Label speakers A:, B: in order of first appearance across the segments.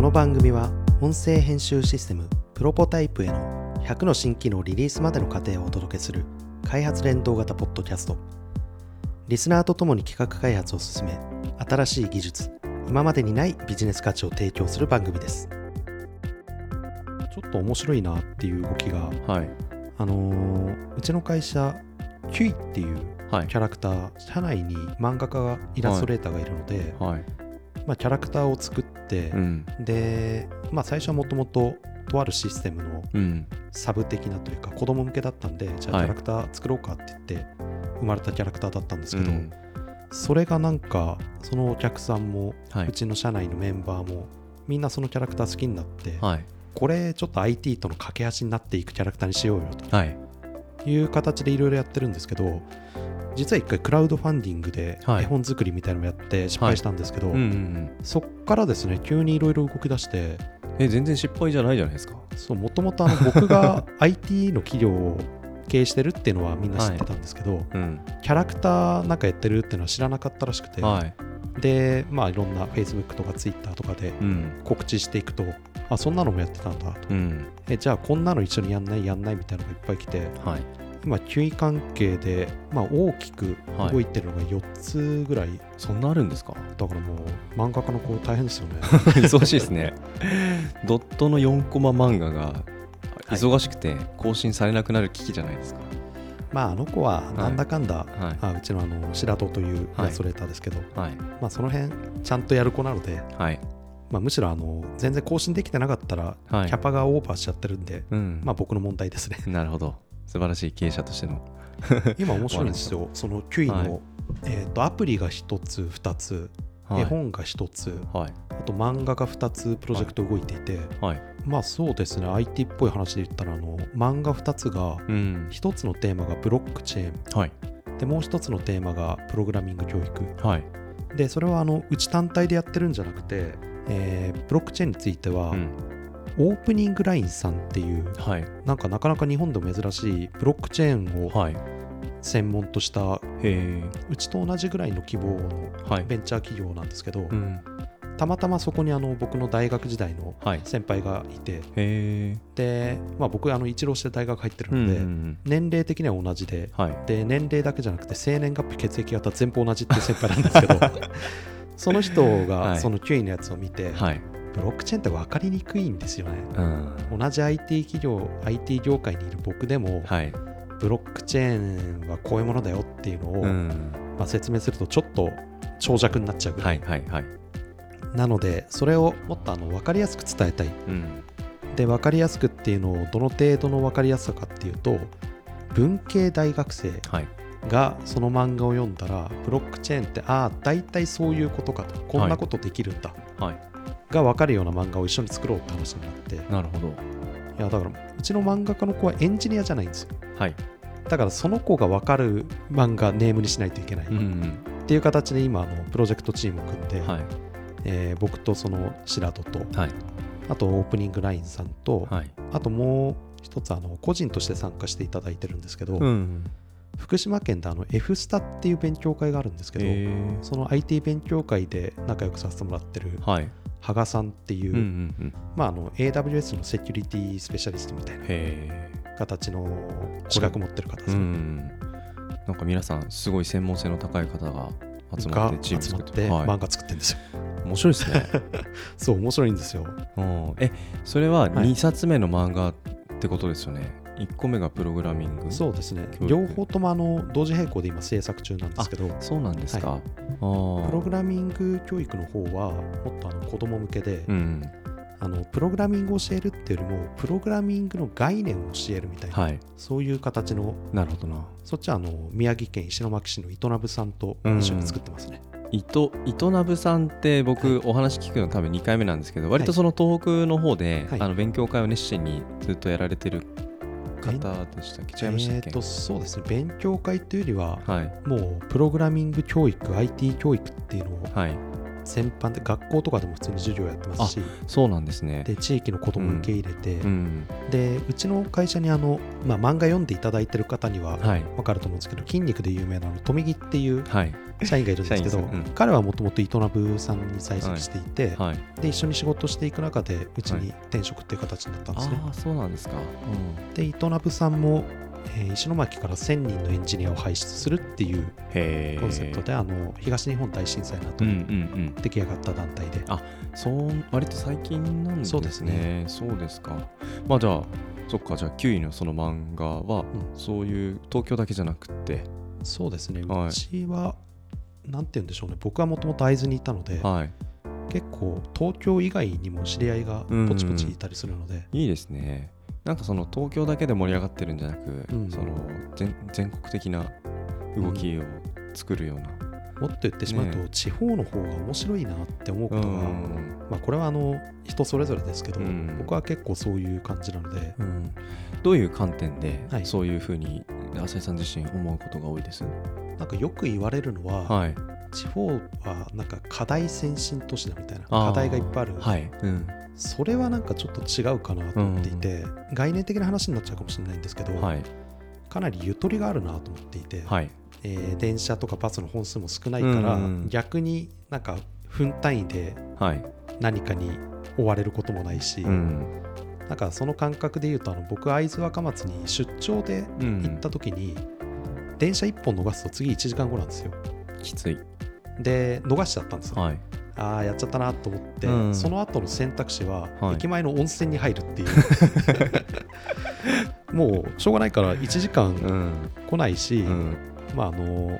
A: の番組は音声編集システムプロポタイプへの100の新機能リリースまでの過程をお届けする開発連動型ポッドキャストリスナーとともに企画開発を進め新しい技術今までにないビジネス価値を提供する番組ですちょっと面白いなっていう動きが
B: はい
A: あのーうちの会社キュイっていう
B: はい
A: キャラクター社内に漫画家がイラストレーターがいるので、
B: はい
A: まあ、キャラクターを作って、
B: うん
A: で、まあ、最初はもともととあるシステムの
B: うん
A: サブ的なというか子供向けだったんでじゃあ
B: は
A: キャ
B: い
A: ラクター作ろうかって言って生まれたキャラクターだったんです
B: う
A: けど、
B: ん
A: それがなんかそのお客さんも、
B: は
A: う
B: い
A: ちの社内のメンバーもみんなそのキャラクター好きになって、
B: はい
A: これちょっと IT との架け橋になっていくキャラクターにしようよと
B: はい
A: いう形でいろいろやってるんですけど実は一回クラウドファンディングで
B: はい
A: 絵本作りみたいなのもやって失敗したんですけど、
B: うんうんうん
A: そっからですね急にいろいろ動き出して
B: え全然失敗じゃないじゃないですか
A: そうもともとあの僕 が IT の企業を経営してるっていうのはみんな知ってたんですけど、
B: うん
A: キャラクターなんかやってるっていうのは知らなかったらしくて、
B: はい
A: でまあいろんな Facebook とか Twitter とかで
B: うん
A: 告知していくとあそんなのもやってたんだと
B: うん
A: えじゃあこんなの一緒にやんないやんないみたいなのがいっぱい来て
B: はい
A: 今注意関係で、まあ、大きく動いてるのが4つぐらい、
B: そんなあるん ですか
A: だからもう漫画家の子大変ですよ ね
B: 忙しいですねドットの4コマ漫画が
A: い
B: 忙しくて更新されなくなる危機じゃないですか
A: まああの子はなんだかんだ、
B: はい
A: あうちのあの白戸というイラストレーターですけど、
B: はい
A: まあ、その辺ちゃんとやる子なので、
B: はい
A: まあ、むしろあの全然更新できてなかったら
B: は
A: キャパがオーバーしちゃってるんで、
B: うん
A: まあ、僕の問題ですね
B: なるほど素晴らしい経営者としての
A: 今面白いんですよ その9位の、
B: はい
A: えー、とアプリが1つ2つ、
B: はい
A: 絵本が1つ
B: はい
A: あと漫画が2つプロジェクト動いていて、
B: はい
A: まあそうですね IT っぽい話で言ったらあの漫画2つが
B: うん
A: 1つのテーマがブロックチェーン
B: はい
A: でもう1つのテーマがプログラミング教育
B: はい
A: でそれはあのうち単体でやってるんじゃなくて、えーブロックチェーンについては、
B: うん
A: オープニングラインさんっていう
B: はい
A: なんかなかなか日本でも珍しいブロックチェーンを
B: はい
A: 専門とした
B: へえ
A: うちと同じぐらいの規模の
B: はい
A: ベンチャー企業なんですけど、
B: うん
A: たまたまそこにあの僕の大学時代の
B: はい
A: 先輩がいて
B: へえ
A: で、まあ、僕あの一浪して大学入ってる
B: う
A: の
B: んう
A: で、
B: んうん
A: 年齢的には同じで
B: はい
A: で年齢だけじゃなくて生年月日血液型全部同じっていう先輩なんですけ どその人
B: は
A: が
B: い
A: その9位のやつを見て、
B: はい
A: ブロックチェーンって分かりにくいんですよね
B: うん
A: 同じ IT 企業 IT 業界にいる僕でも、
B: はい
A: ブロックチェーンはこういうものだよっていうのを、
B: うん
A: まあ、説明するとちょっと長尺になっちゃうぐら、
B: はいいはいはい
A: なのでそれをもっとあの分かりやすく伝えたい
B: うん
A: で分かりやすくっていうのをどの程度の分かりやすさかっていうと文系大学生
B: はい
A: がその漫画を読んだらブロックチェーンってああ大体そういうことかとこんなことできるんだ、
B: はい
A: が分かるような漫画を一緒に作ろうって話になってい
B: なるほど
A: やだからうちの漫画家の子はエンジニアじゃないんですよ
B: はい
A: だからその子が分かる漫画ネームにしないといけない、
B: うん
A: っていう形で今あのプロジェクトチームを組んで、
B: うんはい
A: えー僕とその白戸と
B: はい
A: あとオープニングラインさんと、
B: はい
A: あともう一つあの個人として参加していただいてるんですけど、
B: うん
A: 福島県であの F スタっていう勉強会があるんですけど、
B: へえ
A: その IT 勉強会で仲良くさせてもらってる
B: はい
A: 羽賀さんっていう、
B: うんうんうん
A: まあ、あの AWS のセキュリティスペシャリストみたいな
B: へ
A: 形の資格持ってる方
B: え
A: で
B: う
A: すね、
B: んなんか皆さんすごい専門性の高い方が集まっ
A: が
B: てチ
A: 集ま
B: ーム作
A: っ
B: って
A: て
B: る
A: 漫
B: は
A: 画作ってるんですよ、
B: い面白いですね
A: そう面白いんですよ
B: うんえそれは
A: はい
B: 2冊目の漫画ってことですよね、1個目がプログラミング
A: そうですね
B: 教育
A: 両方ともあの同時並行で今制作中なんですけど
B: そうなんですか、
A: は
B: あ
A: プロ
B: ー
A: グラミング教育の方はもっとあの子供向けで、
B: うん
A: あのプログラミングを教えるっていうよりもプログラミングの概念を教えるみたいな、
B: はい
A: そういう形の
B: なるほどな
A: そっちはあの宮城県石巻市の糸なぶさんと一緒に作ってますね、
B: 伊藤伊藤なぶさんって僕お話聞くの多分2回目なんですけど割とその東北の方で、
A: はい
B: あの勉強会を熱心にずっとやられてる
A: 勉
B: 方でしたっけ違いましたっけ、
A: えーとそうですね勉強会というよりは、
B: はい
A: もうプログラミング教育 IT 教育っていうのを
B: はい
A: 全般で学校とかでも普通に授業やってますし
B: そうなんですね。
A: で地域の子供受け入れて、
B: うん、
A: でうちの会社にあの、まあ、漫画読んでいただいてる方には
B: はい
A: 分かると思うんですけど筋肉で有名なあの富木っていう
B: はい
A: 社員がいるんですけど、
B: 社員さんうん
A: 彼はもともとイトナブさんに在籍していて、
B: はい。
A: で一緒に仕事していく中でうちに転職っていう形になったんですね、
B: ああそうなんですか。うん、
A: でイトナブさんも、えー石巻から1000人のエンジニアを輩出するっていう
B: へえ。
A: コンセプトで、あの東日本大震災の後
B: うんうん
A: に
B: うん。
A: 出来上がった団体で、
B: そう割と最近なんですね。
A: そうですね
B: そうですか。まあじゃあそっかじゃあ9位のその漫画は、
A: う
B: そういう東京だけじゃなくて、
A: そうですね
B: はいう
A: ちはなんて言うんでしょうね僕はもともと会津にいたので、
B: はい
A: 結構東京以外にも知り合いがポチポチいたりするので、
B: いいですね。なんかその東京だけで盛り上がってるんじゃなく、
A: うん
B: その全全国的な動きを作るような。
A: もっと言ってしまうと、
B: ね
A: 地方の方が面白いなって思うことが、
B: うん
A: まあ、これはあの人それぞれですけど、
B: うん
A: 僕は結構そういう感じなので、
B: うんどういう観点で、
A: はい
B: そういうふうに浅井さん自身思うことが多いです
A: なんかよく言われるのは、
B: はい
A: 地方はなんか課題先進都市だみたいな
B: あー
A: 課題がいっぱいある、
B: はい、うん
A: それはなんかちょっと違うかなと思っていて、概念的な話になっちゃうかもしれないんですけど、
B: はい
A: かなりゆとりがあるなと思っていて、
B: はい
A: えー電車とかバスの本数も少ないから、
B: うん
A: 逆になんか分単位で
B: はい、
A: 何かに追われることもないし、
B: うん
A: なんかその感覚で言うとあの僕会津若松に出張で
B: うん
A: 行った時に、電車1本逃すと次1時間後なんですよ
B: きつい
A: で逃しちゃったんですよ、
B: はい
A: ああやっちゃったなと思って、
B: うん
A: その後の選択肢は、
B: はい
A: 駅前の温泉に入るっていう もうしょうがないから1時間
B: ん
A: 来ないし、
B: うん
A: まああの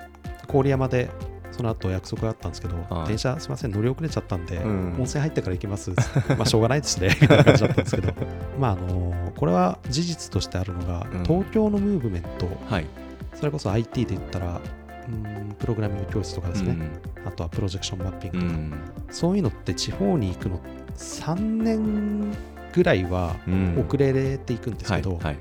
A: 郡山でその後約束があったんですけど、
B: はい
A: 電車すみません乗り遅れちゃったんで、
B: うん
A: 温泉入ってから行きます まあしょうがないですねみたいな感じだったんですけ どまああのこれは事実としてあるのが、
B: うん
A: 東京のムーブメント
B: はい
A: それこそ IT で言ったらうんプログラミング教室とかですね、あとはプロジェクションマッピング
B: う
A: とか、
B: ん
A: そういうのって地方に行くの3年ぐらいは
B: うん
A: 遅れていくんですけど、
B: はい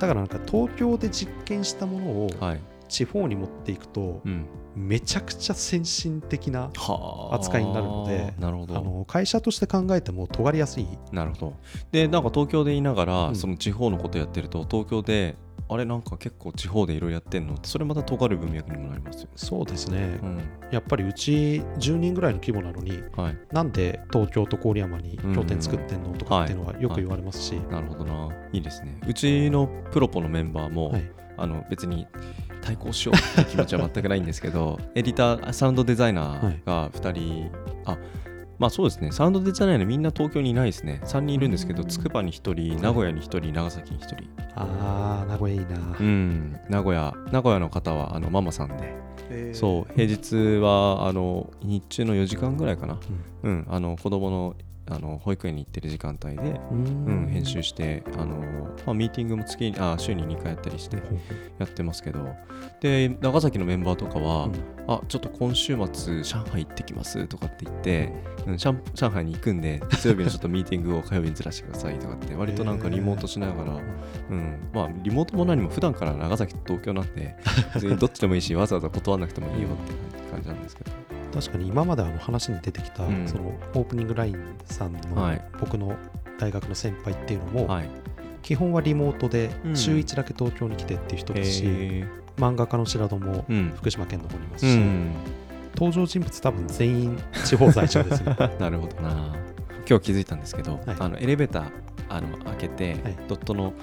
A: だからなんか東京で実験したものを
B: はい、はい
A: 地方に持っていくと、
B: うん、
A: めちゃくちゃ先進的な
B: はー
A: 扱いになるので
B: なるほ
A: あ
B: ど
A: の会社として考えても尖りやすい
B: なるほどでなんか東京でいながら、
A: うん
B: その地方のことやってると東京であれなんか結構地方でいろいろやってんのってそれまた尖る文脈にもなりますよ、
A: そうですね、
B: うん
A: やっぱりうち10人ぐらいの規模なのに
B: はい、
A: なんで東京と郡山に拠点作ってんのとかっていうのはよく言われますし、
B: なるほどな。いいですね。うちのプロポのメンバーも、
A: はい
B: あの別に対抗しようっていう気持ちは全くないんですけ ど、エディター、サウンドデザイナーが2人、あまあそうですね、サウンドデザイナーのみんな東京にいないですね。3人いるんですけど、つくばに1人、名古屋に1人、長崎に1人。
A: ああ名古屋いいな、
B: うん、名古屋、名古屋の方はあのママさんで、そう、平日はあの日中の4時間ぐらいかな、うん、あの子供のあの保育園に行ってる時間帯で、
A: うん、
B: うん、編集して、あのまあ、ミーティングも月にあ週に2回やったりして
A: ほう
B: やってますけどで長崎のメンバーとかは、
A: うん
B: あちょっと今週末上海行ってきますとかって言って、うん、上上海に行くんで月曜日のちょっとミーティングを火曜日にずらしてくださいとかって割となんかリモートしながら、うんまあ、リモートも何も普段から長崎と東京なん で別にどっちでもいいしわざわざ断らなくてもいいよって感じなんですけど。
A: 確かに今まであの話に出てきた、
B: うん
A: そのオープニングラインさん
B: は
A: の
B: い
A: 僕の大学の先輩っていうのも、
B: はい、
A: 基本はリモートで
B: うん
A: 週1だけ東京に来てっていう人ですし、
B: へー
A: 漫画家の白戸も
B: うん
A: 福島県の方にいます
B: う
A: し、
B: ん
A: 登場人物多分全員地方在住 ですね
B: なるほどな今日気づいたんですけど、あのエレベーターあの開けて、
A: はい
B: ドットの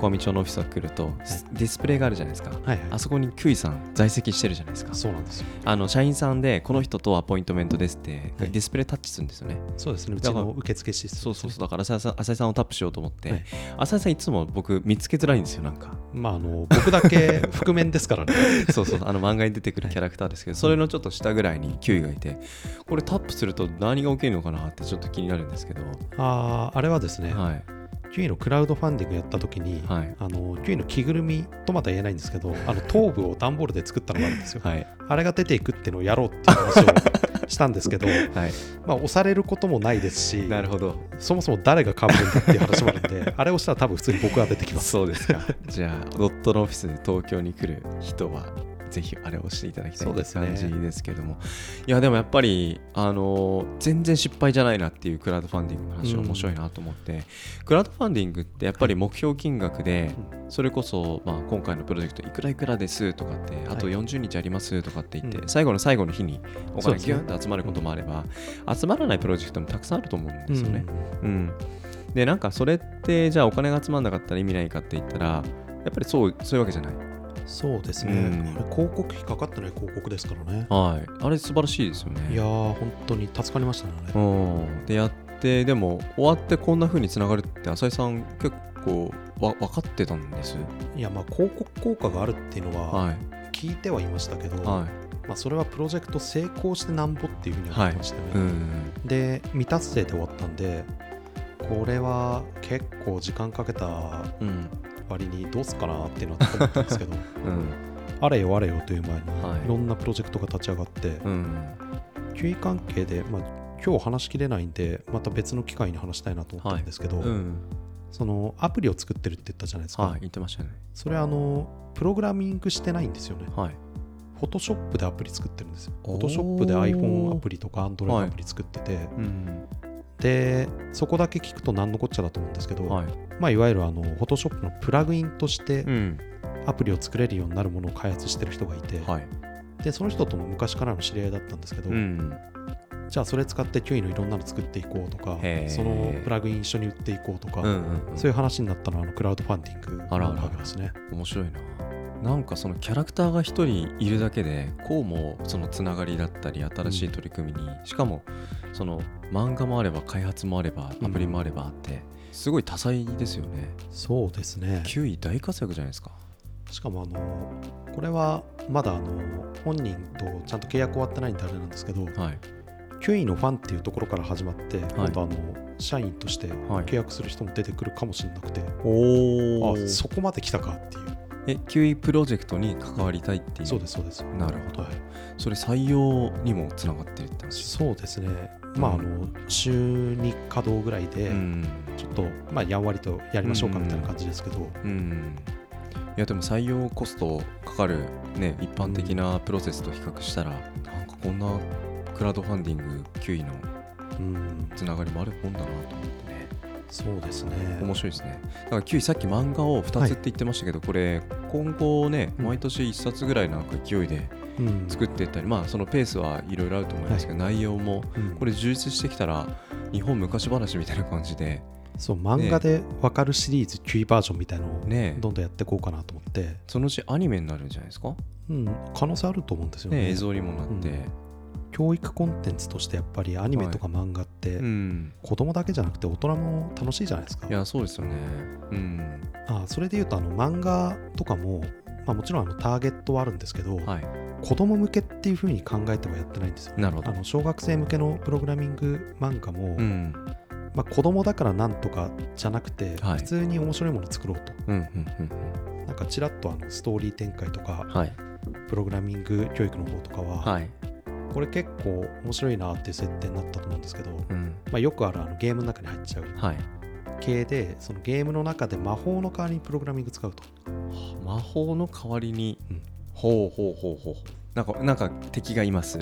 B: 小網町のオフィスが来ると、ディスプレイがあるじゃないですか、
A: はいは
B: あ
A: い
B: そこに9位さん在籍してるじゃないですか
A: そうなんですよ
B: あの社員さんでこの人とアポイントメントですって、
A: はい
B: ディスプレイタッチするんですよね
A: そうですねうち
B: だから
A: の受付システム
B: そうそうそうだから浅井さん浅井さんをタップしようと思って、
A: はい
B: 浅井さんいつも僕見つけづらいんですよなんか
A: まああの僕だけ 覆面ですからね
B: そうそうあの漫画に出てくるキャラクターですけど、それのちょっと下ぐらいに9位がいてこれタップすると何が起きるのかなってちょっと気になるんですけど、
A: あーあれはですね、
B: はい
A: キュイのクラウドファンディングやった時に、
B: はい
A: あのキュイの着ぐるみとまた言えないんですけどあの頭部を段ボールで作ったのがあるんですよ、
B: はい
A: あれが出ていくっていうのをやろうっていう話をしたんです けど、
B: はい
A: まあ、押されることもないですし、
B: なるほど
A: そもそも誰が被るんだっていう話もあるんで、あれをしたら 多分普通に僕は出てきます。
B: そうですか。じゃあ、ドットのオフィスで東京に来る人は、ぜひあれをしていただきたい
A: そうですね
B: 感じですけども、いやでもやっぱりあの全然失敗じゃないなっていうクラウドファンディングの話
A: うん
B: 面白いなと思って、クラウドファンディングってやっぱり目標金額で、それこそ、まあ、今回のプロジェクトいくらいくらですとかってあと
A: はい
B: 40日ありますとかって言って、
A: うん
B: 最後の最後の日にお
A: そう
B: 金
A: です
B: ギ
A: ね
B: ュンと集まることもあれば、集まらないプロジェクトもたくさんあると思うんですよね。うん、でなんかそれってじゃあお金が集まんなかったら意味ないかって言ったらやっぱりそうそういうわけじゃない、
A: そうですね、
B: うん
A: あれ広告費かかってない広告ですからね
B: はい、あれ素晴らしいですよね
A: いやー本当に助かりましたねあれ
B: うんでやってでも終わってこんな風につながるって浅井さん結構わ分かってたんです
A: いやまあ広告効果があるっていうのは
B: はい
A: 聞いてはいましたけど、
B: は
A: まあ、それはプロジェクト成功してなんぼっていうふうに思ってましたよね、
B: いうん
A: で未達成で終わったんでこれは結構時間かけた
B: うん
A: 割にどうすっかなっていうのはちょっと思ったんですけ ど
B: うん
A: あれよあれよという前に
B: はい
A: いろんなプロジェクトが立ち上がって、
B: うん
A: 注意関係で、まあ、今日話しきれないんでまた別の機会に話したいなと思ったんですけど、
B: うん
A: そのアプリを作ってるって言ったじゃないですか、
B: はい言ってましたね
A: それあのプログラミングしてないんですよね
B: はい
A: フォトショップでアプリ作ってるんですよフ
B: おー
A: ォトショップで iPhone アプリとか Android アプリ作ってて、
B: うん
A: でそこだけ聞くと何のこっちゃだと思うんですけど、
B: はいい
A: まあ、いわゆるあのフォトショップのプラグインとして
B: うん
A: アプリを作れるようになるものを開発してる人がいて、
B: はい
A: でその人とも昔からの知り合いだったんですけど、
B: うん
A: じゃあそれ使ってキュイのいろんなの作っていこうとか
B: へー
A: そのプラグイン一緒に売っていこうとか、
B: うんうんうん
A: そういう話になったのはあのクラウドファンディング
B: あらあ
A: の
B: ら
A: おかげですね。
B: 面白いななんかそのキャラクターが一人いるだけでこうもそのつながりだったり新しい取り組みに、しかもその漫画もあれば開発もあれば
A: うん
B: アプリもあればあって、すごい多彩ですよね
A: そうですね
B: 9位大活躍じゃないですか
A: しかもあのこれはまだあの本人とちゃんと契約終わってないんであれなんですけど、
B: はい
A: キュイのファンっていうところから始まって、今度あの社員として
B: はい
A: 契約する人も出てくるかもしれなくて、
B: お
A: あそこまで来たかっていう
B: え9位プロジェクトに関わりたいっていう
A: そうですそうです
B: なるほど
A: はい
B: それ採用にもつながってるって話
A: そうですねまああの週2稼働ぐらいで、
B: うん
A: ちょっと、まあ、やんわりとやりましょうかみたいな感じですけど、
B: うんいやでも採用コストかかるね一般的なプロセスと比較したら、なんかこんなクラウドファンディング9位の
A: うん
B: つながりもある本だなと思ってね
A: そうですね
B: 面白いですねだから9位さっき漫画を2つって言ってましたけど、これ今後ね
A: うん
B: 毎年1冊ぐらいなんか勢いで
A: うん
B: 作っていったり、まあそのペースはいろいろあると思いますけど、内容も
A: うん
B: これ充実してきたら日本昔話みたいな感じで
A: そう漫画でわかるシリーズキュイバージョンみたいのを
B: ね
A: どんどんやっていこうかなと思って、
B: そのうちアニメになるんじゃないですか、
A: うん、可能性あると思うんですよね
B: ね、映像にもなって、
A: 教育コンテンツとしてやっぱりアニメとか漫画って、
B: うん
A: 子供だけじゃなくて大人も楽しいじゃないですか
B: いやそうですよねうん
A: あそれでいうとあの漫画とかも、まあ、もちろんあのターゲットはあるんですけど、
B: はい
A: 子供向けっていうふうに考えてはやってないんですよ
B: なるほ
A: あ
B: ど
A: の小学生向けのプログラミング漫画も、
B: うん
A: まあ、子供だからなんとかじゃなくて、
B: はい
A: 普通に面白いもの作ろうと
B: うんうんうん
A: なんかちらっとあのストーリー展開と
B: うん
A: か
B: はい
A: プログラミング教育の方とかは、
B: はい
A: これ結構面白いなっていう設定になったと思うんですけど、
B: うん
A: まあ、よくあるあのゲームの中に入っちゃう
B: はい
A: 系でそのゲームの中で魔法の代わりにプログラミング使うと
B: 魔法の代わりに、
A: うん
B: ほうほうほうほうなんかなんか敵がいます、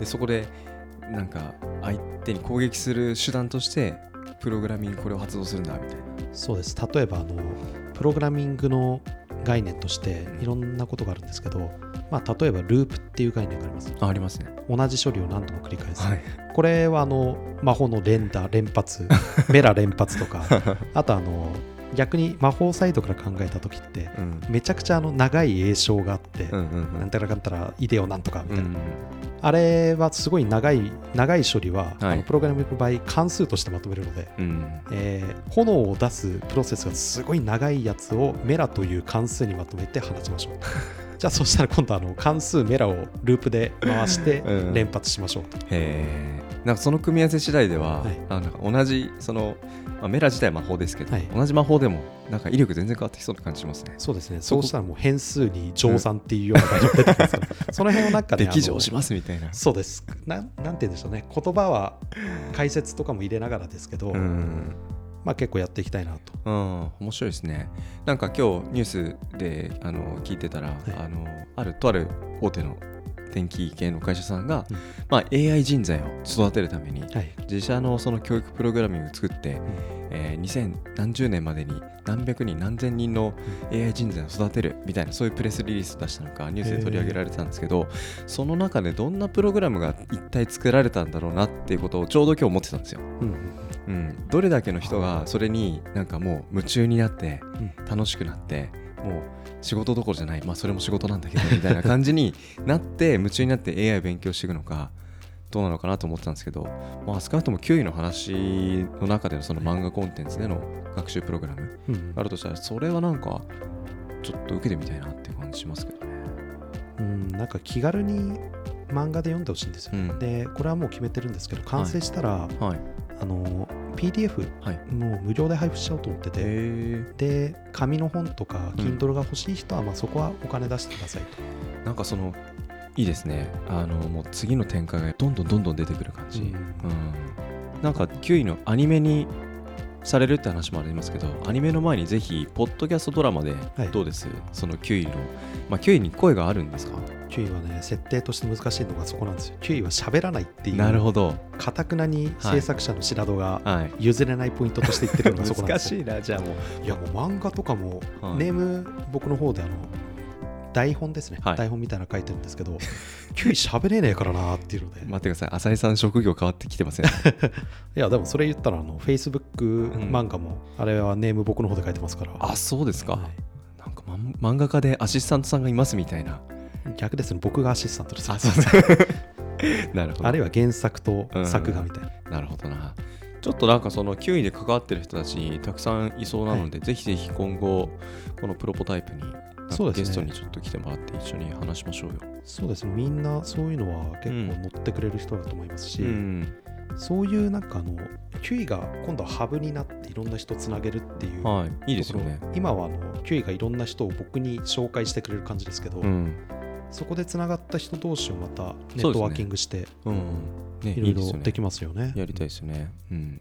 B: でそこでなんか相手に攻撃する手段としてプログラミングこれを発動するんだみたいな
A: そうです例えばあのプログラミングの概念として
B: うん
A: いろんなことがあるんですけど、まあ、例えばループっていう概念があります
B: あありますね
A: 同じ処理を何度も繰り返す、
B: はい
A: これはあの魔法の連打連 発メラ連発とかあとあの逆に魔法サイドから考えた時って
B: うん
A: めちゃくちゃあの長い詠唱があって、
B: うんうん
A: なんたらかんたらイデオなんとかみ
B: う
A: た
B: ん
A: いうな、
B: ん
A: あれはすごい長い長い処理は、
B: はい
A: あのプログラミングの場合関数としてまとめるので、
B: うん
A: えー炎を出すプロセスがすごい長いやつをメラという関数にまとめて放ちましょう じゃあそしたら今度あの関数メラをループで回して
B: うん
A: 連発しましょうと、
B: へーなんかその組み合わせ次第では、
A: はい
B: あなんか同じその、まあ、メラ自体は魔法ですけど、
A: はい
B: 同じ魔法でもなんか威力全然変わってきそうな感じしますね。
A: そうですね
B: そ
A: そ
B: こ
A: うしたらもう変数に乗算っていうような概念が出てきますから、その辺をなんかね
B: でき上
A: あの
B: しますみたいな。
A: そうですなんなんて言うんでしょうね言葉は解説とかも入れながらですけど、
B: うん
A: まあ、結構やっていきたいなと。
B: うん、面白いですね。なんか今日ニュースであの聞いてたら、あのあるとある大手の天気系の会社さんが、
A: うん
B: まあ、AI 人材を育てるために
A: はい、
B: 自社のその教育プログラミングを作って、えー2000何十年までに何百人何千人の AI 人材を育てるみたいなそういうプレスリリース出したのかニュースで取り上げられてたんですけど、その中でどんなプログラムが一体作られたんだろうなっていうことをちょうど今日思ってたんですよ。
A: うん
B: うん、どれだけの人がそれになんかもう夢中になって
A: うん
B: 楽しくなってもう仕事どころじゃないまあそれも仕事なんだけどみたいな感じになって夢中になって AI を勉強していくのかどうなのかなと思ってたんですけど、まあ、少なくとも9位の話の中でのその漫画コンテンツでの学習プログラム
A: うんうん
B: あるとしたらそれはなんかちょっと受けてみたいなって感じしますけどね。
A: うん、なんか気軽に漫画で読んでほしいんですよ、
B: うん
A: でこれはもう決めてるんですけど完成したら、
B: はい、
A: あの PDF
B: はい
A: もう無料で配布しちゃおうと思ってて、
B: へ
A: で紙の本とか
B: うん
A: Kindle が欲しい人は、まあ、そこはお金出してくださいと、
B: ーなんかそのいいですねあのもう次の展開がどんどんどんどん出てくる感じ。うん、なんか9位のアニメにされるって話もありますけどアニメの前にぜひポッドキャストドラマで
A: はい
B: どうです、その9位の、まあ、9位に声があるんですか
A: 9位はね設定として難しいのがそこなんですよ9位は喋らないっていう
B: なるほど、
A: かたくなに制作者の白戸が
B: はい、
A: 譲れないポイントとして言ってるのがそこなんですよ
B: いなじゃあもう
A: いやもう漫画とかも、
B: はい
A: ネーム僕の方であの台本ですね、
B: はい
A: 台本みたいなの書いてるんですけど9位喋れねえからなっていうので、
B: 待ってください浅井さん職業変わってきて ません
A: いやでもそれ言ったらあの Facebook
B: ん
A: 漫画も、あれはネーム僕の方で書いてますから
B: あそうですか、
A: は
B: なんかまん漫画家でアシスタントさんがいますみたいない
A: 逆ですね僕がアシスタントです
B: あそうそう なるほど
A: あるいは原作と
B: うん
A: 作画みたいな、
B: なるほどな。ちょっとなんかその9位で関わってる人たちたくさんいそうなので、ぜひぜひ今後、このプロポタイプに
A: そうですね
B: ゲストにちょっと来てもらって一緒に話しましょうよ。
A: そうですねみんなそういうのは結構乗ってくれる人だと思いますし、
B: うん、
A: そういうなんかあの9位が今度はハブになっていろんな人つなげるっていう、
B: はい、いいですよね
A: とこ。ろ今はあの9位がいろんな人を僕に紹介してくれる感じですけど、
B: うん、
A: そこでつながった人同士をまたネットワーキングして
B: うん、ね、
A: いろい
B: です
A: ろ
B: よね
A: できますよね。
B: やりたいですよね。うん、